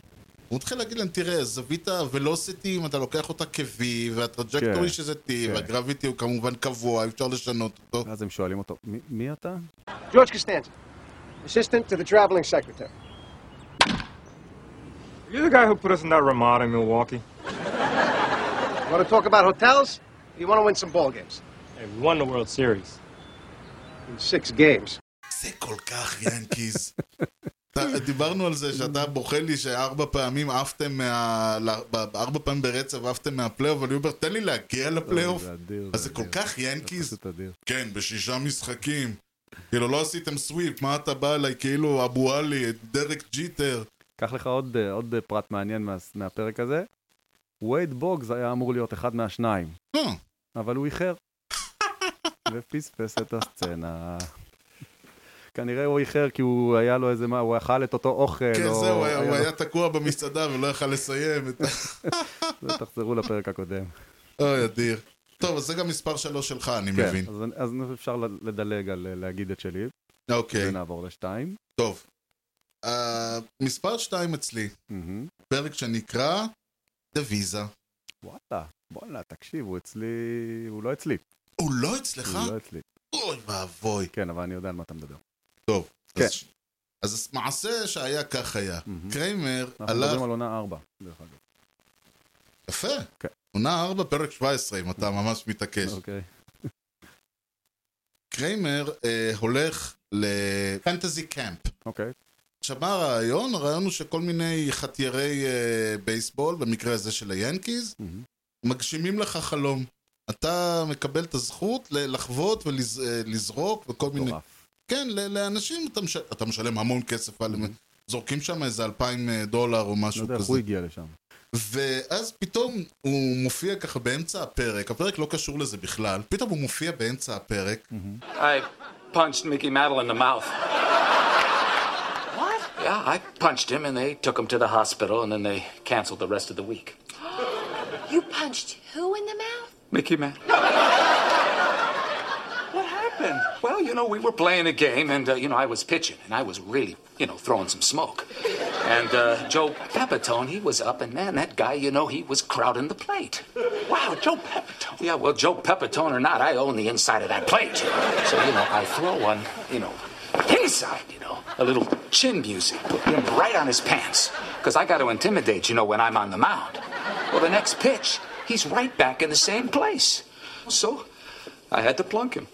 E: הוא מתחיל להגיד להם, תראה, זווית ה-velocity, אם אתה לוקח אותה כ-V,
F: כן.
E: וה-trajectory שזה T,
F: כן.
E: וה-gravity הוא כמובן קבוע, אי אפשר לשנות אותו.
F: ואז הם שואלים אותו, "מי- מי אתה?
H: George Costanza, assistant to the traveling secretary.
J: You're the guy who put us in that Ramada in Milwaukee.
H: Want to talk about hotels? You want to win some ball games?
J: Hey, we won the World Series.
H: In six games.
E: זה כל כך ינקיז. אתה- דיברנו על זה שאתה בוכה לי שארבע פעמים עפתם מה... ל- ב- ארבע פעמים ברצף עפתם מהפלייאוף, ואני אומר, תן לי להגיע לפלייאוף.
F: לא, זה אדיר,
E: אז זה
F: זה
E: כל
F: אדיר.
E: כך ינקיז.
F: פשוט אדיר.
E: כן, בשישה משחקים. כאילו, לא עשיתם סוויפ, מה אתה בא אליי כאילו אבו עלי, דרק ג'יטר.
F: קח לך עוד, אה, עוד אה, פרט מעניין מה, מהפרק הזה. וייד בוגס היה אמור להיות אחד מהשניים,
E: אה,
F: אבל הוא איחר. ופספס את הסצנה. כנראה הוא איחר כי הוא היה לו איזה מה, הוא אכל את אותו אוכל.
E: כן,
F: או-
E: זהו, הוא היה- הוא
F: כאילו, לו-
E: היה תקוע במסעדה ולא יכל לסיים את ה...
F: זה, תחזרו לפרק הקודם.
E: אוי, אדיר. טוב, אז זה גם מספר שלוש שלך, אני
F: כן,
E: מבין.
F: אז, אז אפשר לדלג על אה, להגיד את שלי,
E: אוקיי,
F: ונעבור לשתיים.
E: טוב. אה, מספר שתיים אצלי,
F: מהמם.
E: פרק שנקרא The Visa.
F: וואלה, בואנה, תקשיב, הוא אצלי, הוא לא אצלי.
E: הוא לא אצלך?
F: הוא לא אצלי.
E: אוי ואבוי.
F: כן, אבל אני יודע על מה אתה מדבר.
E: טוב.
F: כן.
E: אז- אז מעשה שהיה כך היה.
F: מהמם.
E: קריימר
F: אנחנו מדברים
E: הלך...
F: על עונה ארבע, דרך אגב.
E: יפה.
F: כן.
E: עונה 4, פרק 17, אם אתה ממש מתעקש.
F: אוקיי.
E: קריימר אה, הולך לפנטזי קאמפ.
F: אוקיי.
E: עכשיו, מה הרעיון? הרעיון הוא שכל מיני חטיירי אה, בייסבול, במקרה הזה של היאנקיז,
F: מהמם.
E: מגשימים לך חלום. אתה מקבל את הזכות ל- לחוות ולזרוק וכל מיני...
F: מטורף.
E: כן, ל- לאנשים אתה, מש... אתה משלם המון כסף, על... זורקים שם איזה אלפיים אה, דולר או
F: לא
E: משהו
F: יודע איך
E: כזה.
F: הוא הגיע לשם.
E: ואז פתאום הוא מופיע ככה באמצע הפרק, הפרק לא קשור לזה בכלל, פתאום הוא מופיע באמצע הפרק,
F: Mm.
J: I punched Mickey Mantle in the mouth.
K: What?
J: Yeah, I punched him and they took him to the hospital and then they canceled the rest of the week.
K: You punched who in the mouth?
J: Mickey Mantle. what happened? Well, you know, we were playing a game and, uh, you know, I was pitching and I was really, you know, throwing some smoke. And uh, Joe Pepitone, he was up and man, that guy, you know, he was crowding the plate. Wow, Joe Pepitone. Yeah, well, Joe Pepitone or not, I own the inside of that plate. So, you know, I throw one, you know, inside, you know, a little chin music, you know, right on his pants. Because I got to intimidate, you know, when I'm on the mound. Well, the next pitch, he's right back in the same place. So I had to plunk him.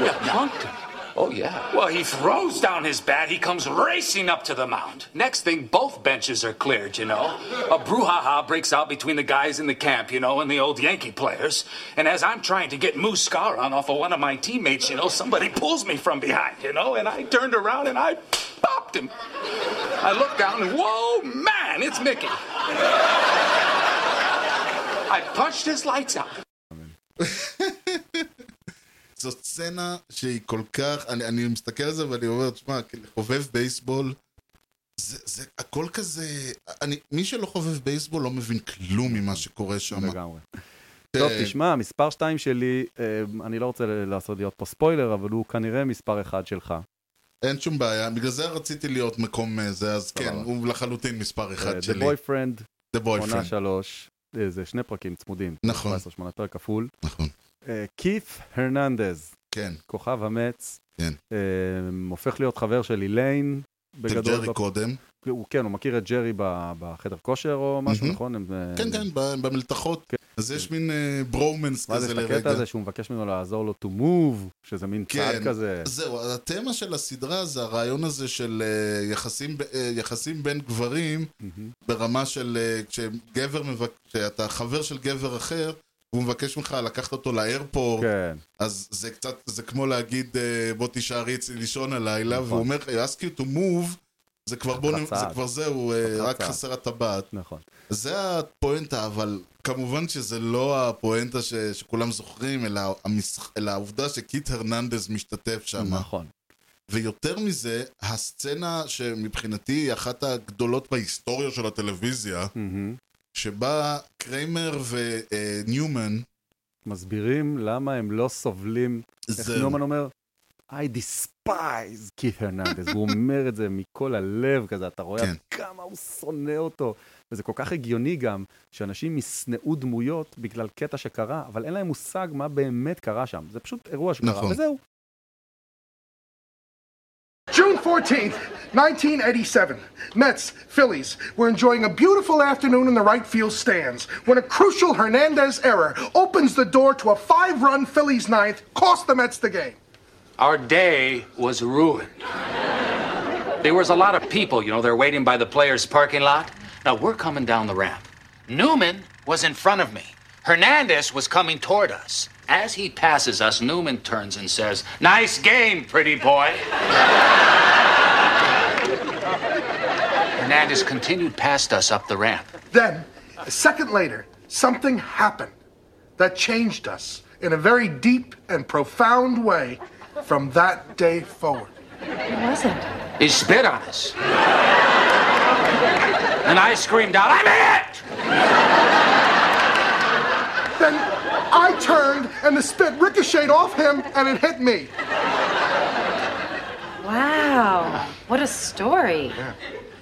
J: Yeah, plunked him. Oh, yeah. Well, he throws down his bat. He comes racing up to the mound. Next thing, both benches are cleared, you know. A brouhaha breaks out between the guys in the camp, you know, and the old Yankee players. And as I'm trying to get Moose Scaron off of one of my teammates, you know, somebody pulls me from behind, you know, and I turned around and I popped him. I looked down and, whoa, man, it's Mickey. I punched his lights out.
E: זאת סצנה שהיא כל כך, אני, אני מסתכל על זה ואני אומר, תשמע, חובב בייסבול, זה, זה הכל כזה, אני, מי שלא חובב בייסבול לא מבין כלום ממה שקורה שם. כן,
F: לגמרי. טוב,
E: אה,
F: תשמע, מספר 2 שלי, אה, אני לא רוצה ל- לעשות להיות פה ספוילר, אבל הוא כנראה מספר 1 שלך.
E: אין שום בעיה, בגלל זה רציתי להיות מקום אה, זה, אז כן, הוא לחלוטין מספר
F: אה,
E: אחד
F: The
E: שלי.
F: Boyfriend,
E: The
F: עונה
E: Boyfriend.
F: 3, זה שני פרקים צמודים.
E: נכון,
F: 17, 8 פרק כפול.
E: נכון,
F: אה, כיף הרננדז,
E: כן.
F: כוכב המץ.
E: כן.
F: אה, הופך להיות חבר של איליין.
E: של
F: בגדול, לא-
E: ג'רי קודם.
F: הוא, כן, הוא מכיר את ג'רי ב- בחדר כושר או משהו,
E: מהמם.
F: נכון? הם, אה,
E: כן, כן, ב- במלתחות. אז יש מין אה, ברומנס
F: ואז יש
E: כזה
F: את
E: לרגע.
F: הקטע הזה שהוא מבקש ממנו לעזור לו to move, שזה מין צעד
E: כן.
F: כזה.
E: זהו, אז התמה של הסדרה זה הרעיון הזה של אה, יחסים, ב- אה, יחסים בין גברים
F: מהמם.
E: ברמה של אה, כשגבר מבק... כשאתה חבר של גבר אחר, הוא מבקש ממך לקחת אותו לאיירפורט,
F: כן,
E: אז זה קצת, זה כמו להגיד אה, בוא תישארי אצלי לישון הלילה,
F: נכון.
E: והוא אומר לך, ask you to move, זה כבר בוא, נ-
F: חצץ.
E: זה כבר זהו, אה, רק
F: חצץ.
E: חסר הטבעת.
F: נכון.
E: זה הפואנטה, אבל כמובן שזה לא הפואנטה ש... שכולם זוכרים, אלא, המשח... אלא העובדה שקיט הרננדז משתתף שם.
F: נכון.
E: ויותר מזה, הסצנה שמבחינתי היא אחת הגדולות בהיסטוריה של הטלוויזיה,
F: מהמם.
E: שבה קריימר אה, וניומן,
F: מסבירים למה הם לא סובלים, איך
E: זה...
F: נומן אומר? I despise כית' הרננדז, הוא אומר את זה מכל הלב כזה, אתה רואה
E: כן.
F: עד כמה הוא שונא אותו. וזה כל כך הגיוני גם, שאנשים ישנאו דמויות בגלל קטע שקרה, אבל אין להם מושג מה באמת קרה שם. זה פשוט אירוע שקרה,
E: נכון.
F: וזהו.
H: June
L: 14th, 1987. Mets, Phillies were enjoying a beautiful afternoon in the right field stands when a crucial Hernandez error opens the door to a five run Phillies ninth, cost the Mets the game.
J: Our day was ruined. there was a lot of people, you know, they're waiting by the players' parking lot. Now we're coming down the ramp. Newman was in front of me. Hernandez was coming toward us. As he passes us, Newman turns and says, Nice game, pretty boy. Hernandez continued past us up the ramp.
L: Then, a second later, something happened that changed us in a very deep and profound way from that day forward.
B: What was it?
J: He spit on us. And I screamed out, I'm it!
L: Then I turned and the spit ricocheted off him and it hit me.
M: Wow. What a story.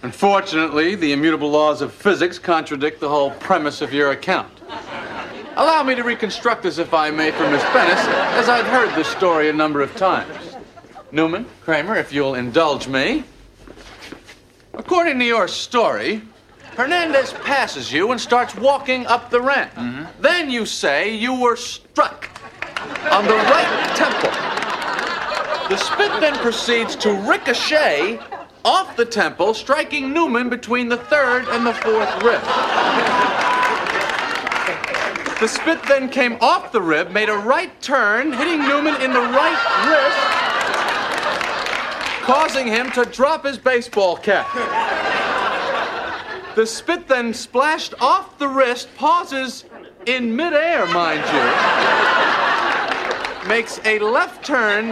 I: Unfortunately, the immutable laws of physics contradict the whole premise of your account. Allow me to reconstruct this, if I may, for Miss Bennis, as I've heard this story a number of times. Newman, Kramer, if you'll indulge me. According to your story, Hernandez passes you and starts walking up the ramp. Then you say you were struck on the right temple. The spit then proceeds to ricochet off the temple, striking Newman between the third and the fourth rib. The spit then came off the rib, made a right turn, hitting Newman in the right wrist, causing him to drop his baseball cap. The spit then splashed off the wrist, pauses in midair, mind you, makes a left turn,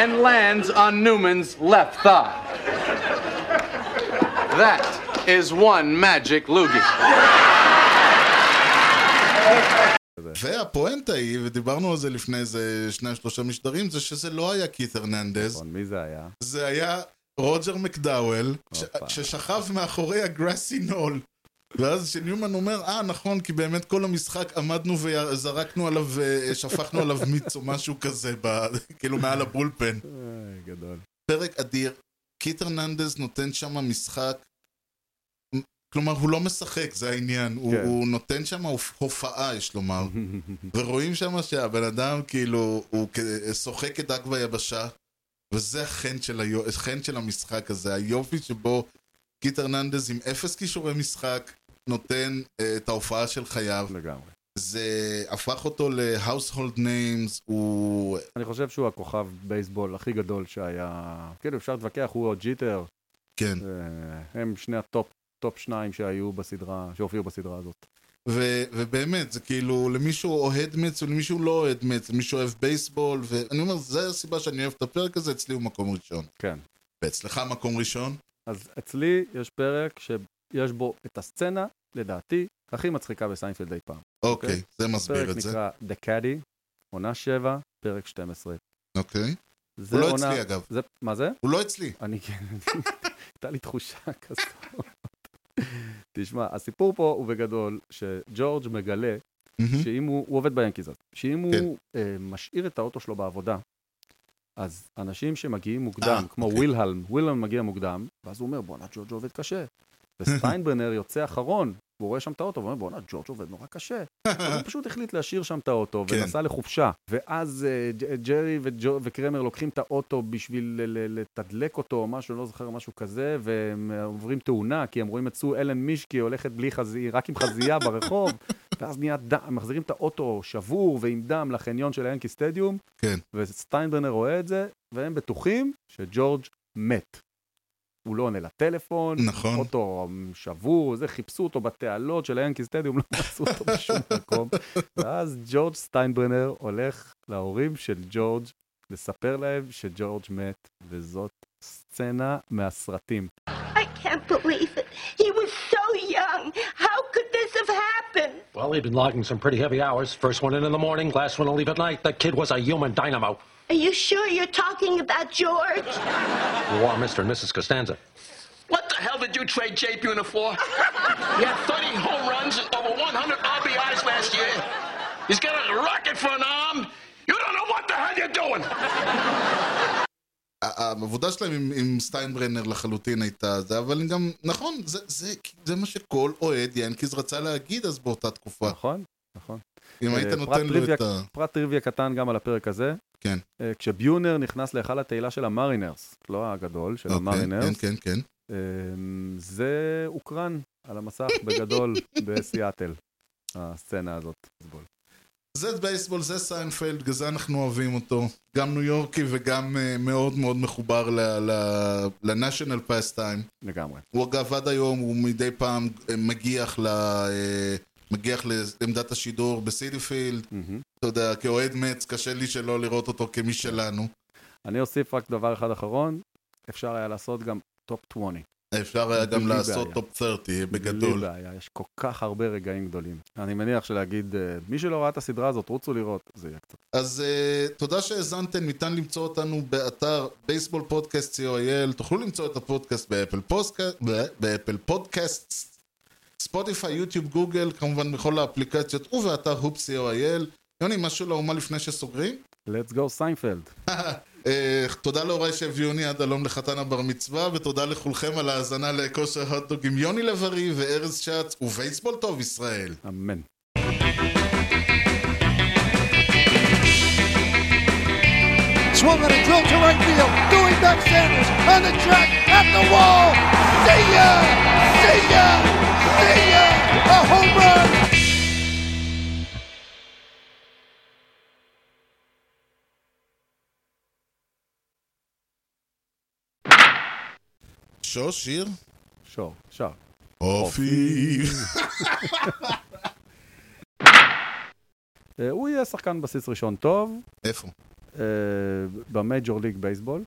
I: and lands on Newman's left thigh. That is one magic loogie.
E: והפואנטה היא, ודיברנו על זה לפני איזה שניים שלושה משדרים, זה שזה לא היה קית' הרננדז.
F: נכון, מי זה היה?
E: זה היה רוג'ר מקדאוול, ש- ששכב מאחורי הגראסי נול. ואז שניומן אומר, אה נכון, כי באמת כל המשחק עמדנו וזרקנו עליו, אה, שפכנו עליו מיץ או משהו כזה, ב- כאילו מעל הבולפן.
F: אה, גדול.
E: פרק אדיר. קיט הרננדז נותן שם משחק, כלומר הוא לא משחק, זה העניין, הוא,
F: כן.
E: הוא נותן שם הופ- הופעה, יש לומר, ורואים שם שהבן אדם כאילו, הוא כ- שוחק את דק ביבשה, וזה החן של, היו, החן של המשחק הזה, היופי שבו קיט הרננדז עם אפס כישורי משחק, נותן uh, את ההופעה של חייו.
F: לגמרי.
E: זה הפך אותו ל-household names, הוא...
F: אני חושב שהוא הכוכב בייסבול הכי גדול שהיה, כאילו אפשר להתווכח, הוא או ג'יטר.
E: כן.
F: הם שני הטופ, טופ שניים שהיו בסדרה, שהופיעו בסדרה הזאת.
E: ו- ובאמת, זה כאילו, למישהו אוהד מצ ולמישהו לא אוהד מצ, למישהו אוהב בייסבול, ואני אומר, זו הסיבה שאני אוהב את הפרק הזה, אצלי הוא מקום ראשון.
F: כן.
E: ואצלך מקום ראשון?
F: אז אצלי יש פרק שיש בו את הסצנה, לדעתי, הכי מצחיקה בסיינפלד אי פעם.
E: אוקיי, זה מסביר את זה.
F: פרק נקרא The Caddy, עונה 7, פרק 12.
E: אוקיי.
F: זה
E: הוא לא
F: עונה-
E: אצלי, אגב.
F: זה- מה זה?
E: הוא לא אצלי.
F: אני כן, הייתה לי תחושה כזאת. תשמע, הסיפור פה הוא בגדול שג'ורג' מגלה
E: מהמם.
F: שאם הוא, הוא עובד ביאנקיז אז, שאם
E: כן.
F: הוא אה, משאיר את האוטו שלו בעבודה, אז אנשים שמגיעים מוקדם, כמו ווילהלם, ווילהלם מגיע מוקדם, ואז הוא אומר, בואנה, ג'ורג' עובד קשה. וסטיינברנר יוצא אחרון, והוא רואה שם את האוטו, ואומר, בואנה, ג'ורג' עובד נורא קשה. אז הוא פשוט החליט להשאיר שם את האוטו,
E: כן.
F: ונסע לחופשה. ואז אה, ג'- ג'רי וג'ו- וקרמר לוקחים את האוטו בשביל ל- ל- לתדלק אותו, או משהו, לא זוכר, משהו כזה, והם אה, עוברים תאונה, כי הם רואים את סו אלן מישקי הולכת בלי חזייה, רק עם חזייה ברחוב, ואז נהיה דם, הם מחזירים את האוטו שבור ועם דם לחניון של היאנקי סטדיום,
E: כן.
F: וסטיינברנר רואה את זה, והם בטוחים שג'ורג' מת. הוא לא עונה לטלפון,
E: נכון.
F: אותו שבור, זה, חיפשו אותו בתעלות של היאנקי סטדיום, לא מצאו אותו בשום מקום. ואז ג'ורג' סטיינברנר הולך להורים של ג'ורג' לספר להם שג'ורג' מת, וזאת סצנה מהסרטים.
N: I can't believe it. He was so young. How could this have happened?
G: Well, he'd been logging some pretty heavy hours. First one in in the morning, last one to leave at night. That kid was a human dynamo.
N: Are you sure you're talking about George?
G: You are Mr. and Mrs. Costanza.
O: What the hell did you trade Jay Buhner for? He had 30 home runs and over 100 RBIs last year. He's got a rocket for an arm. You don't know what the hell you're doing.
E: העבודה שלהם עם, עם סטיינברנר לחלוטין הייתה זה, אבל גם, נכון, זה, זה, זה מה שכל אוהד ינקיז רצה להגיד אז באותה תקופה.
F: נכון, נכון.
E: אם היית
F: אה, פרט
E: נותן לו
F: טריוויה-
E: את ה...
F: פרט טריוויה קטן גם על הפרק הזה.
E: כן.
F: אה, כשביונר נכנס להיכל התהילה של המרינרס, לא הגדול, של המרינרס.
E: כן, כן, כן.
F: אמ, זה הוקרן על המסך בגדול בסיאטל, הסצנה הזאת.
E: זה בייסבול, זה סיינפלד, בגלל זה אנחנו אוהבים אותו. גם ניו יורקי וגם אה, מאוד מאוד מחובר לנשיונל פסטיים.
F: לגמרי.
E: הוא אגב עד היום, הוא מדי פעם אה, מגיח ל... אה, מגיח לעמדת השידור בסידיפילד. אתה יודע, כאוהד מצ קשה לי שלא לראות אותו כמי שלנו.
F: אני אוסיף רק דבר אחד אחרון, אפשר היה לעשות גם טופ 20.
E: אפשר היה גם
F: בלי
E: לעשות
F: בעיה.
E: טופ 30
F: בלי
E: בגדול.
F: בעיה, יש כל כך הרבה רגעים גדולים. אני מניח שלהגיד, אה, מי שלא ראה את הסדרה הזאת, רוצו לראות, זה יהיה קצת.
E: אז אה, תודה שהאזנתם, ניתן למצוא אותנו באתר בייסבול פודקאסט co.il, תוכלו למצוא את הפודקאסט באפל, פוסקה, ב- באפל פודקאסט, ספוטיפיי, יוטיוב, גוגל, כמובן בכל האפליקציות, ובאתר הופ co.il. יוני, משהו לאומה לפני שסוגרים?
F: Let's go סיינפלד.
E: אה, תודה להוריי שהביאוני עד הלום לחתן הבר מצווה, ותודה לכולכם על ההאזנה לכושר הוטדוג עם יוני לב-ארי וארז שץ, ובייסבול טוב ישראל.
F: אמן.
D: Swung on a drill to right field. Doing back Sanders on the track at the wall. See ya! See ya! See ya! A home run!
E: שור שיר?
F: שור, שר.
E: אופי.
F: אה, הוא יהיה שחקן בסיס ראשון טוב.
E: איפה?
F: אה, במייג'ור ליג בייסבול.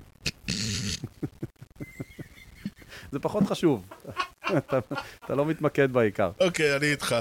F: זה פחות חשוב. אתה, אתה לא מתמקד בעיקר.
E: אוקיי, אני איתך.